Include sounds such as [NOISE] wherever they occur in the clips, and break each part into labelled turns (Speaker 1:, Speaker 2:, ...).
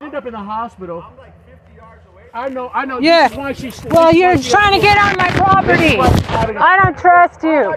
Speaker 1: end up in the hospital. I know, I know.
Speaker 2: Yeah.
Speaker 1: This is why she's,
Speaker 2: Well,
Speaker 1: this is
Speaker 2: you're
Speaker 1: why she-
Speaker 2: trying to get on my property.
Speaker 1: This is why she's having a-
Speaker 2: I don't trust you.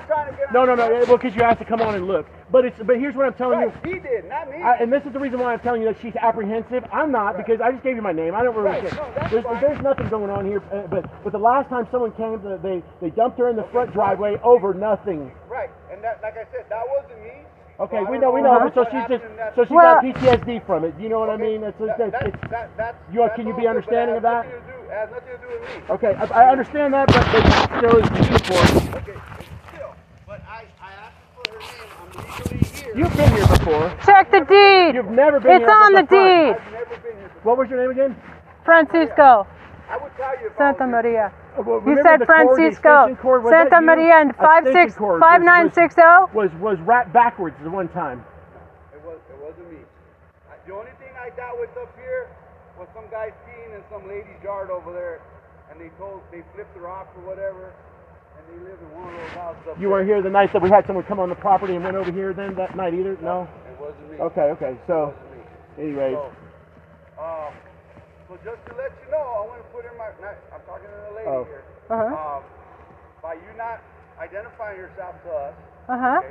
Speaker 1: No, no, no. yeah, Well, because you have to come on and look. But it's but here's what I'm telling you.
Speaker 3: He did, not me.
Speaker 1: I, and this is the reason why I'm telling you that she's apprehensive. I'm not because I just gave you my name. I don't really
Speaker 3: Right.
Speaker 1: care.
Speaker 3: No, that's
Speaker 1: there's,
Speaker 3: fine.
Speaker 1: there's nothing going on here. uh, But but the last time someone came, uh, they they dumped her in the front driveway over nothing.
Speaker 3: right, and that, like I said, that wasn't me.
Speaker 1: Okay,
Speaker 3: So I
Speaker 1: we
Speaker 3: don't
Speaker 1: know, we know.
Speaker 3: Uh-huh. what
Speaker 1: But so she's
Speaker 3: happened
Speaker 1: just
Speaker 3: in that-
Speaker 1: so she
Speaker 2: Well-
Speaker 1: got PTSD from it. You know what I mean? It's, it's,
Speaker 3: That-
Speaker 1: it's,
Speaker 3: that- that- that's-
Speaker 1: You are-
Speaker 3: that's
Speaker 1: can you be
Speaker 3: all good, but
Speaker 1: understanding
Speaker 3: it
Speaker 1: of
Speaker 3: has
Speaker 1: that?
Speaker 3: nothing to do- It has nothing to do with me.
Speaker 1: okay, I, I understand that, but but still is uniform.
Speaker 3: Okay, still, but I, I asked her for her name. I'm legally here.
Speaker 1: You've been here before.
Speaker 2: Check the deed.
Speaker 1: You've never been
Speaker 2: It's
Speaker 1: here. up
Speaker 2: on the
Speaker 1: at front.
Speaker 2: deed.
Speaker 3: I've never been here. before.
Speaker 1: What was your name again?
Speaker 2: Francisco,
Speaker 3: I would tell you if I was
Speaker 2: Santa
Speaker 3: here.
Speaker 2: Maria.
Speaker 1: Uh, well,
Speaker 2: You
Speaker 1: remember
Speaker 2: said
Speaker 1: the cord, the
Speaker 2: Francisco,
Speaker 1: extension cord, was
Speaker 2: Santa
Speaker 1: that you?
Speaker 2: Maria, and five
Speaker 1: Extension
Speaker 2: six
Speaker 1: cord was-
Speaker 2: five nine six oh? zero.
Speaker 1: Was was wrapped backwards the one time.
Speaker 3: It was, it wasn't me. I, the only thing I got was up here was some guy skiing in some lady's yard over there, and they told they flipped her off or whatever, and they lived in one of those houses up
Speaker 1: You
Speaker 3: there.
Speaker 1: weren't here the night that we had someone come on the property and went over here then that night either? No?
Speaker 3: It wasn't me.
Speaker 1: Okay, okay. So,
Speaker 3: It wasn't me.
Speaker 1: anyways.
Speaker 3: So, uh, so just to let you know, I want to put in my. Not, I'm talking to the lady
Speaker 1: Oh.
Speaker 3: here.
Speaker 2: Uh-huh.
Speaker 3: Um, by you not identifying yourself to us,
Speaker 2: Uh huh.
Speaker 3: okay,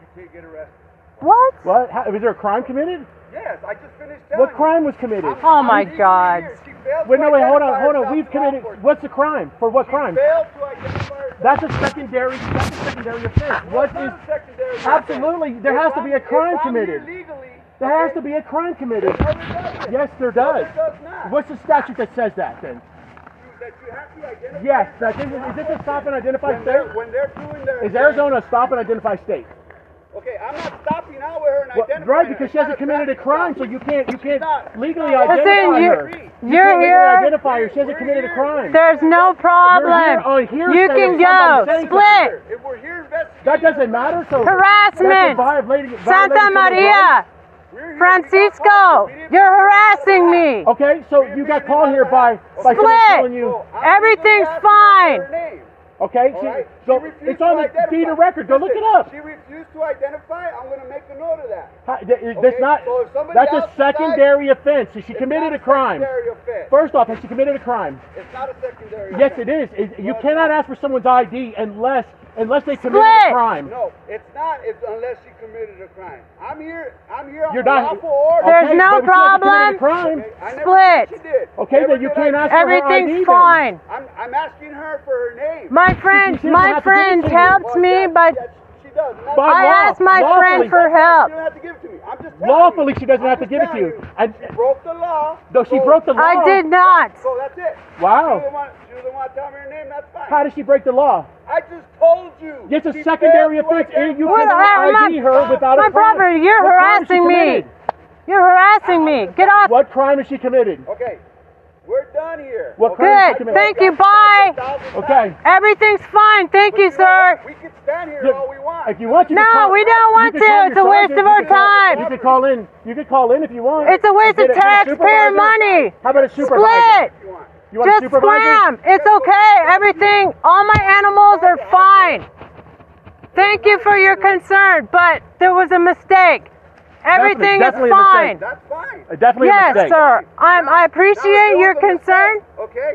Speaker 3: you can't get arrested.
Speaker 2: What?
Speaker 1: What? How, was there a crime committed?
Speaker 3: Yes, I just finished telling
Speaker 1: What
Speaker 3: you.
Speaker 1: crime was committed?
Speaker 3: I'm-
Speaker 2: Oh, my
Speaker 3: I'm legally
Speaker 2: God.
Speaker 3: here. She failed to
Speaker 1: Wait, no, wait, hold on,
Speaker 3: identify
Speaker 1: hold on.
Speaker 3: herself
Speaker 1: We've
Speaker 3: to law
Speaker 1: committed.
Speaker 3: enforcement.
Speaker 1: What's the crime? For what
Speaker 3: She
Speaker 1: crime?
Speaker 3: failed to identify herself.
Speaker 1: That's a secondary. That's a secondary offense. What
Speaker 3: It's
Speaker 1: is?
Speaker 3: not a secondary offense.
Speaker 1: Absolutely, there
Speaker 3: If
Speaker 1: has to be a
Speaker 3: I'm- if
Speaker 1: crime
Speaker 3: I'm here
Speaker 1: committed.
Speaker 3: legally,
Speaker 1: There has
Speaker 3: okay,
Speaker 1: to be a crime committed.
Speaker 3: no, there doesn't.
Speaker 1: Yes, there
Speaker 3: No,
Speaker 1: does.
Speaker 3: There does not.
Speaker 1: What's the statute that says that then?
Speaker 3: You- That you have to identify.
Speaker 1: Yes, that is, is this a stop and identify
Speaker 3: When they're,
Speaker 1: state?
Speaker 3: when they're doing their.
Speaker 1: Is Arizona a stop and identify state?
Speaker 3: Okay, I'm not stopping out with her and
Speaker 1: Well,
Speaker 3: identifying
Speaker 1: right,
Speaker 3: her.
Speaker 1: because
Speaker 3: It's
Speaker 1: she hasn't
Speaker 3: not
Speaker 1: committed a
Speaker 3: traffic
Speaker 1: crime, so
Speaker 3: stop.
Speaker 1: you can't you can't
Speaker 3: not.
Speaker 1: legally
Speaker 3: Listen,
Speaker 1: identify
Speaker 2: you-
Speaker 1: her.
Speaker 2: you're
Speaker 1: you can't
Speaker 2: here-
Speaker 1: legally identify her. She hasn't
Speaker 3: We're
Speaker 1: committed a
Speaker 3: here.
Speaker 1: crime.
Speaker 2: There's no problem.
Speaker 1: on hearsay
Speaker 2: You
Speaker 1: of
Speaker 2: can
Speaker 1: somebody
Speaker 2: go.
Speaker 1: saying
Speaker 2: Split.
Speaker 3: If we're here investigating.
Speaker 1: That doesn't matter. So
Speaker 2: Harassment.
Speaker 1: That's a violation- violation
Speaker 2: Santa
Speaker 1: of
Speaker 2: Maria,
Speaker 3: We're here, we got
Speaker 2: Francisco,
Speaker 3: caught. We didn't-
Speaker 2: you're harassing me.
Speaker 1: rights. Okay, so you got called here by by someone
Speaker 2: Split.
Speaker 1: telling you.
Speaker 3: So, I'm
Speaker 2: Everything's
Speaker 3: legally asking
Speaker 2: fine.
Speaker 3: her name,
Speaker 1: Okay,
Speaker 3: all
Speaker 1: she-
Speaker 3: right? She
Speaker 1: so
Speaker 3: refused
Speaker 1: it's on
Speaker 3: to
Speaker 1: the
Speaker 3: identify.
Speaker 1: deed of record. Go look
Speaker 3: Listen,
Speaker 1: it up.
Speaker 3: She refused to identify. I'm going to make a note of that.
Speaker 1: How- th- That's not.
Speaker 3: so if somebody
Speaker 1: That's
Speaker 3: else
Speaker 1: a
Speaker 3: decides-
Speaker 1: secondary offense. So she
Speaker 3: It's
Speaker 1: committed
Speaker 3: not
Speaker 1: a crime.
Speaker 3: secondary offense.
Speaker 1: First off, has she committed a crime?
Speaker 3: It's not a secondary
Speaker 1: Yes,
Speaker 3: offense.
Speaker 1: it is. It- You
Speaker 3: No, it's
Speaker 1: cannot
Speaker 3: not.
Speaker 1: ask for someone's ID unless unless they committed
Speaker 2: Split.
Speaker 1: a crime.
Speaker 3: No, it's not if, unless she committed a crime. I'm here. I'm here on
Speaker 1: You're
Speaker 3: a
Speaker 1: not-
Speaker 3: lawful order.
Speaker 2: There's
Speaker 1: Okay,
Speaker 2: no
Speaker 1: but she hasn't committed a
Speaker 2: problem.
Speaker 1: crime.
Speaker 3: Okay, I never
Speaker 2: Split.
Speaker 3: said She did.
Speaker 1: Okay,
Speaker 3: Never
Speaker 1: then you
Speaker 3: did I
Speaker 1: can't
Speaker 3: say-
Speaker 1: ask for her ID then.
Speaker 2: Everything's fine.
Speaker 3: I'm, I'm asking her for her name.
Speaker 2: My
Speaker 1: she
Speaker 2: friend,
Speaker 1: doesn't
Speaker 2: my
Speaker 1: have to give it
Speaker 2: friend
Speaker 1: to you. Oh,
Speaker 2: helped
Speaker 3: Well,
Speaker 2: me,
Speaker 3: yeah,
Speaker 2: but
Speaker 3: yeah, she does. And that's-
Speaker 1: By
Speaker 2: I
Speaker 1: law,
Speaker 2: asked my
Speaker 1: lawfully.
Speaker 2: friend for
Speaker 3: You
Speaker 2: help.
Speaker 3: don't have to give it to me. I'm just telling
Speaker 1: Lawfully,
Speaker 3: you.
Speaker 1: she doesn't
Speaker 3: I'm
Speaker 1: have to
Speaker 3: just
Speaker 1: give it to
Speaker 3: telling
Speaker 1: you. I-
Speaker 3: She broke the law.
Speaker 1: Though she
Speaker 3: so-
Speaker 1: broke the law.
Speaker 2: I did not.
Speaker 3: So that's it.
Speaker 1: Wow.
Speaker 3: She doesn't want, she doesn't want to tell me her name. That's fine.
Speaker 1: How did she break the law?
Speaker 3: I just told you.
Speaker 1: It's a
Speaker 3: She
Speaker 1: secondary
Speaker 3: failed to
Speaker 1: offense, and you
Speaker 3: identify-
Speaker 2: What
Speaker 1: cannot
Speaker 2: am I-
Speaker 1: ID her without
Speaker 2: My
Speaker 1: a crime.
Speaker 2: brother, you're
Speaker 1: What crime has she
Speaker 2: harassing me.
Speaker 1: committed?
Speaker 2: You're harassing me. Get off.
Speaker 1: What crime has she committed?
Speaker 3: Okay, we're done here.
Speaker 1: What
Speaker 3: okay?
Speaker 1: crime has she
Speaker 2: Good.
Speaker 1: committed?
Speaker 2: Thank you. Bye.
Speaker 1: Okay.
Speaker 2: Everything's fine. Thank
Speaker 3: But
Speaker 2: you,
Speaker 3: know
Speaker 2: sir.
Speaker 3: what? We can stand here
Speaker 1: Look,
Speaker 3: all we want.
Speaker 1: If you want, you
Speaker 2: No,
Speaker 1: can call,
Speaker 2: we don't
Speaker 1: you
Speaker 2: want
Speaker 1: can
Speaker 2: to.
Speaker 1: call
Speaker 2: It's
Speaker 1: your
Speaker 2: a waste
Speaker 1: sergeant.
Speaker 2: of our
Speaker 1: You can call-
Speaker 2: time.
Speaker 1: You can call in. You can call in if you want.
Speaker 2: It's a waste
Speaker 1: Get
Speaker 2: of
Speaker 1: a- get a
Speaker 2: taxpayer
Speaker 1: supervisor.
Speaker 2: money.
Speaker 1: How about a supervisor?
Speaker 2: Split.
Speaker 3: If you want.
Speaker 1: You want a
Speaker 2: Just
Speaker 1: supervisor?
Speaker 2: swam. It's okay. Everything, all my animals are fine. Thank you for your concern, but there was a mistake. Everything is
Speaker 1: definitely a mistake.
Speaker 2: fine.
Speaker 3: That's fine.
Speaker 1: Uh, Definitely a
Speaker 2: Yes,
Speaker 1: mistake.
Speaker 2: sir. I'm, I appreciate
Speaker 3: Now,
Speaker 2: your
Speaker 3: if it was a
Speaker 2: concern.
Speaker 3: mistake, Okay.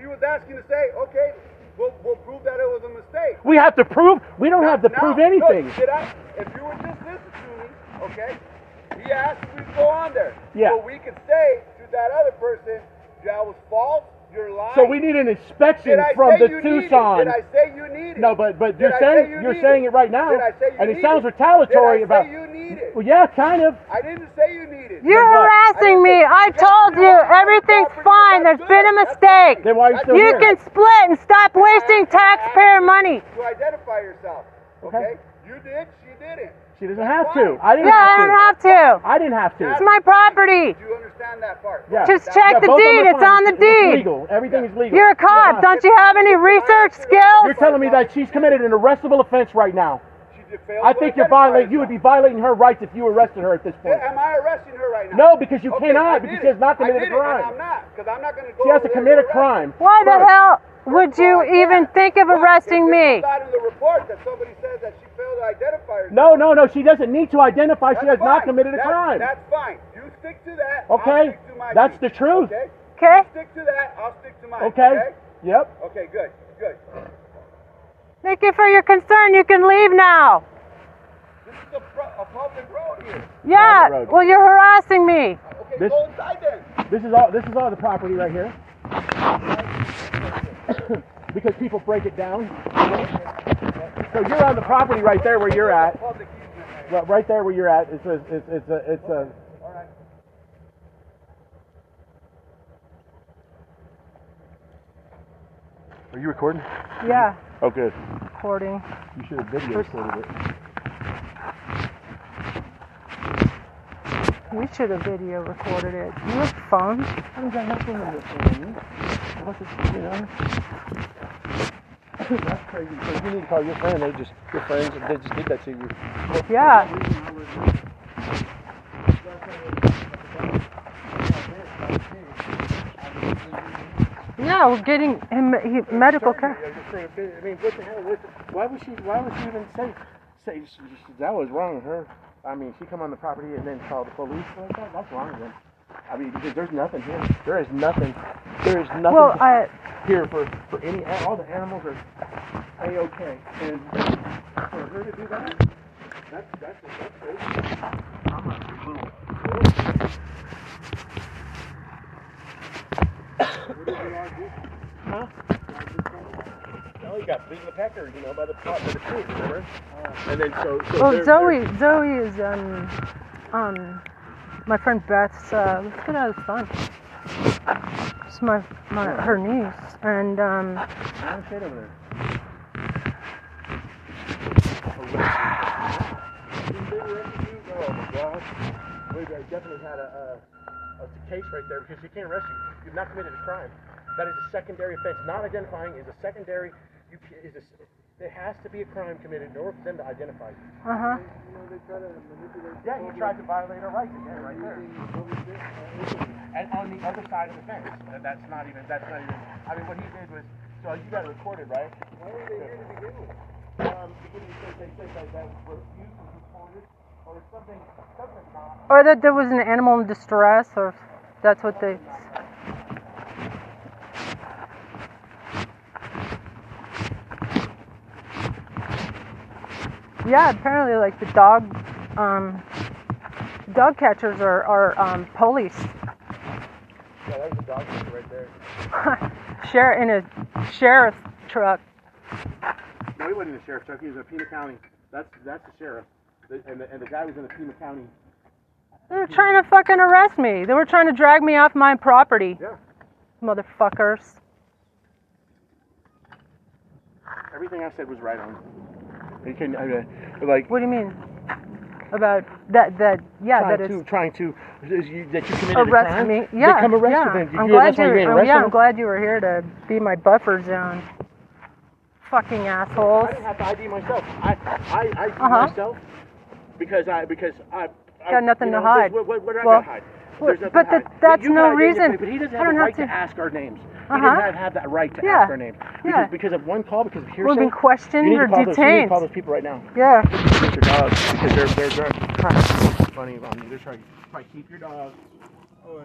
Speaker 3: He was asking to say, okay, we'll, we'll prove that it was a mistake.
Speaker 1: We have to prove. We don't have to
Speaker 3: Now,
Speaker 1: prove
Speaker 3: look,
Speaker 1: anything.
Speaker 3: did I- if you would just listen to me, okay? He asked if we could go on there.
Speaker 1: Yeah.
Speaker 3: So we could say to that other person, that was false, you're lying.
Speaker 1: So we need an inspection
Speaker 3: Did I
Speaker 1: from
Speaker 3: say
Speaker 1: the
Speaker 3: you need it?
Speaker 1: Tucson.
Speaker 3: Did I say you need it?
Speaker 1: No, but but
Speaker 3: Did
Speaker 1: you're
Speaker 3: I
Speaker 1: saying
Speaker 3: say you
Speaker 1: you are
Speaker 3: need
Speaker 1: saying it right now,
Speaker 3: Did I say you
Speaker 1: and it
Speaker 3: need
Speaker 1: sounds
Speaker 3: it?
Speaker 1: retaliatory
Speaker 3: Did I
Speaker 1: about.
Speaker 3: Say you need it?
Speaker 1: Well, yeah, kind of.
Speaker 3: I didn't say you need it.
Speaker 2: You're
Speaker 1: what?
Speaker 2: harassing me. I told you everything's fine. There's been a mistake.
Speaker 1: Then why are you still
Speaker 2: You
Speaker 1: here?
Speaker 2: can split and stop wasting taxpayer money.
Speaker 3: to identify yourself. Okay?
Speaker 1: Okay.
Speaker 3: You did, she didn't.
Speaker 1: She doesn't have
Speaker 3: Why?
Speaker 1: to. I didn't
Speaker 2: Yeah,
Speaker 1: have
Speaker 2: I
Speaker 1: to.
Speaker 2: don't have to.
Speaker 1: I didn't have to.
Speaker 2: It's my property.
Speaker 3: Do you understand that part?
Speaker 1: Yeah.
Speaker 2: Just
Speaker 1: Yeah,
Speaker 2: check the
Speaker 1: both of them
Speaker 2: deed.
Speaker 1: are
Speaker 2: It's
Speaker 1: fine.
Speaker 2: on the
Speaker 1: It's- it's
Speaker 2: deed.
Speaker 1: legal. Everything is legal.
Speaker 2: You're a cop.
Speaker 1: Yeah.
Speaker 2: Don't you have any research
Speaker 1: You're
Speaker 2: skills?
Speaker 1: telling me that she's committed an arrestable offense right now.
Speaker 3: She did fail
Speaker 1: I
Speaker 3: to
Speaker 1: think you're
Speaker 3: identify
Speaker 1: violating. You would be
Speaker 3: herself.
Speaker 1: violating her rights if you arrested her at this point.
Speaker 3: Am I arresting her right now?
Speaker 1: No, because you
Speaker 3: Okay, I
Speaker 1: cannot.
Speaker 3: did
Speaker 1: Because
Speaker 3: it.
Speaker 1: she has not
Speaker 3: I
Speaker 1: committed
Speaker 3: did
Speaker 1: a
Speaker 3: it, and I'm
Speaker 1: crime.
Speaker 3: not, because I'm not going to go
Speaker 1: She has to
Speaker 3: over there
Speaker 1: commit a
Speaker 3: arrest her.
Speaker 1: crime.
Speaker 2: Why the
Speaker 1: First.
Speaker 2: hell would you
Speaker 3: Well,
Speaker 2: even
Speaker 3: yeah.
Speaker 2: think of
Speaker 3: Well,
Speaker 2: arresting
Speaker 3: if
Speaker 2: me?
Speaker 3: It's not in the report that somebody says that she failed to identify herself.
Speaker 1: No, no, no. She doesn't need to identify. she has
Speaker 3: That's
Speaker 1: not
Speaker 3: fine.
Speaker 1: committed a
Speaker 3: That's-
Speaker 1: crime.
Speaker 3: That's fine. You stick to that. I'll
Speaker 1: Okay?
Speaker 3: stick to my
Speaker 1: That's
Speaker 3: Jeep,
Speaker 1: the truth.
Speaker 3: Okay?
Speaker 2: Okay?
Speaker 3: You Stick to that. I'll stick to mine.
Speaker 1: Okay? Yep.
Speaker 3: Okay, good. Good.
Speaker 2: Thank you for your concern. You can leave now.
Speaker 3: This is a, pro- a public road here.
Speaker 1: Private
Speaker 2: Yeah.
Speaker 1: road.
Speaker 2: Well, you're harassing me.
Speaker 3: Okay,
Speaker 1: This-
Speaker 3: go inside then.
Speaker 1: This is all this is all the property right here. [COUGHS] because people break it down. So you're on the property right there where you're at.
Speaker 3: Public easement. man.
Speaker 1: Right- Right there where you're at. It's a it's, it's a it's a
Speaker 3: All right.
Speaker 1: Are you recording?
Speaker 2: Yeah.
Speaker 1: Oh good.
Speaker 2: Recording.
Speaker 1: You should have video recorded it.
Speaker 2: We should have video recorded it. You have phones?
Speaker 1: That's crazy. So you need to call your friend. They just your friends they just did that to you.
Speaker 2: Yeah. Yeah, we're getting him he, medical care.
Speaker 1: I mean, what the hell? What the- why was she? Why was she even say? Say she, she, that was wrong of her. I mean, she come on the property and then call the police. Like that, that's wrong of them. I mean, because there's nothing here. There is nothing. There is nothing
Speaker 2: Well, I,
Speaker 1: here for for any. All the animals are a okay. And for her to do that, that's that's that's crazy. I'm a little. Huh? Zoe got bit in the pecker, you know, by the pot by the tree, remember? and then so, so
Speaker 2: well,
Speaker 1: they're-
Speaker 2: Zoe, Zoe is um, um, my friend Beth's. Uh, let's get out of the sun. It's my, my her niece, and um,
Speaker 1: they're- Oh, shit over there.
Speaker 3: Didn't they rescue?
Speaker 1: Oh my gosh. We definitely had a, a, a case right there because you can't arrest you. You've not committed a crime. That is a secondary offense. Not identifying is a secondary. You ca- is a, there has to be a crime committed in order for them to identify you.
Speaker 2: uh huh.
Speaker 3: You know, they try to manipulate
Speaker 1: Yeah, he tried to violate our rights again, right there. And on the other side of the fence. And that's not even. That's not even. I mean, what he did was. So you got it recorded, right?
Speaker 3: Why were they here to begin with?
Speaker 1: Um, beginning of the day, they said that that was used was recorded, or something, something not.
Speaker 2: Or that there was an animal in distress, or that's what they. Yeah, apparently, like the dog, um, dog catchers are are um, police.
Speaker 1: Yeah, that was a dog issue right there.
Speaker 2: Sheriff in a sheriff's truck.
Speaker 1: No, he wasn't in the sheriff's truck. He was in Pima County. That's that's the sheriff. The, and, the, and the guy was in the Pima County.
Speaker 2: They were trying to fucking arrest me. They were trying to drag me off my property,
Speaker 1: Yeah.
Speaker 2: motherfuckers.
Speaker 1: Everything I said was right on. You can I mean, like
Speaker 2: What do you mean about that? That yeah, that
Speaker 1: trying
Speaker 2: it's
Speaker 1: to trying to is you, that you committed a
Speaker 2: arrest
Speaker 1: crime.
Speaker 2: me. Yeah,
Speaker 1: They come arrest
Speaker 2: yeah.
Speaker 1: you. Then you,
Speaker 2: I'm
Speaker 1: you-
Speaker 2: glad
Speaker 1: that's why
Speaker 2: you.
Speaker 1: you're being
Speaker 2: oh,
Speaker 1: arrested.
Speaker 2: yeah, I'm glad you were here to be my buffer zone. Fucking assholes.
Speaker 1: I didn't have to ID myself. I I I ID
Speaker 2: Uh-huh.
Speaker 1: myself because I because I. I
Speaker 2: Got nothing
Speaker 1: you
Speaker 2: to
Speaker 1: know,
Speaker 2: hide.
Speaker 1: What, what, what do I
Speaker 2: Well,
Speaker 1: got to hide?
Speaker 2: well,
Speaker 1: There's nothing
Speaker 2: but
Speaker 1: to hide.
Speaker 2: that- that's
Speaker 1: you can
Speaker 2: no
Speaker 1: identify
Speaker 2: reason.
Speaker 1: me, But he doesn't
Speaker 2: I
Speaker 1: have
Speaker 2: don't
Speaker 1: the
Speaker 2: have
Speaker 1: right to.
Speaker 2: to-
Speaker 1: ask our names. He
Speaker 2: Uh-huh.
Speaker 1: does not have that right to
Speaker 2: Yeah.
Speaker 1: ask our names
Speaker 2: Yeah.
Speaker 1: because, because of one call because of hearsay.
Speaker 2: We've been
Speaker 1: you need
Speaker 2: questioned
Speaker 1: to
Speaker 2: or
Speaker 1: call Those, you need to
Speaker 2: detained.
Speaker 1: call those people right now.
Speaker 2: Yeah.
Speaker 1: Get your dog because they're they're, they're trying to funny on you. They're trying to try to keep your dog.
Speaker 3: Oh,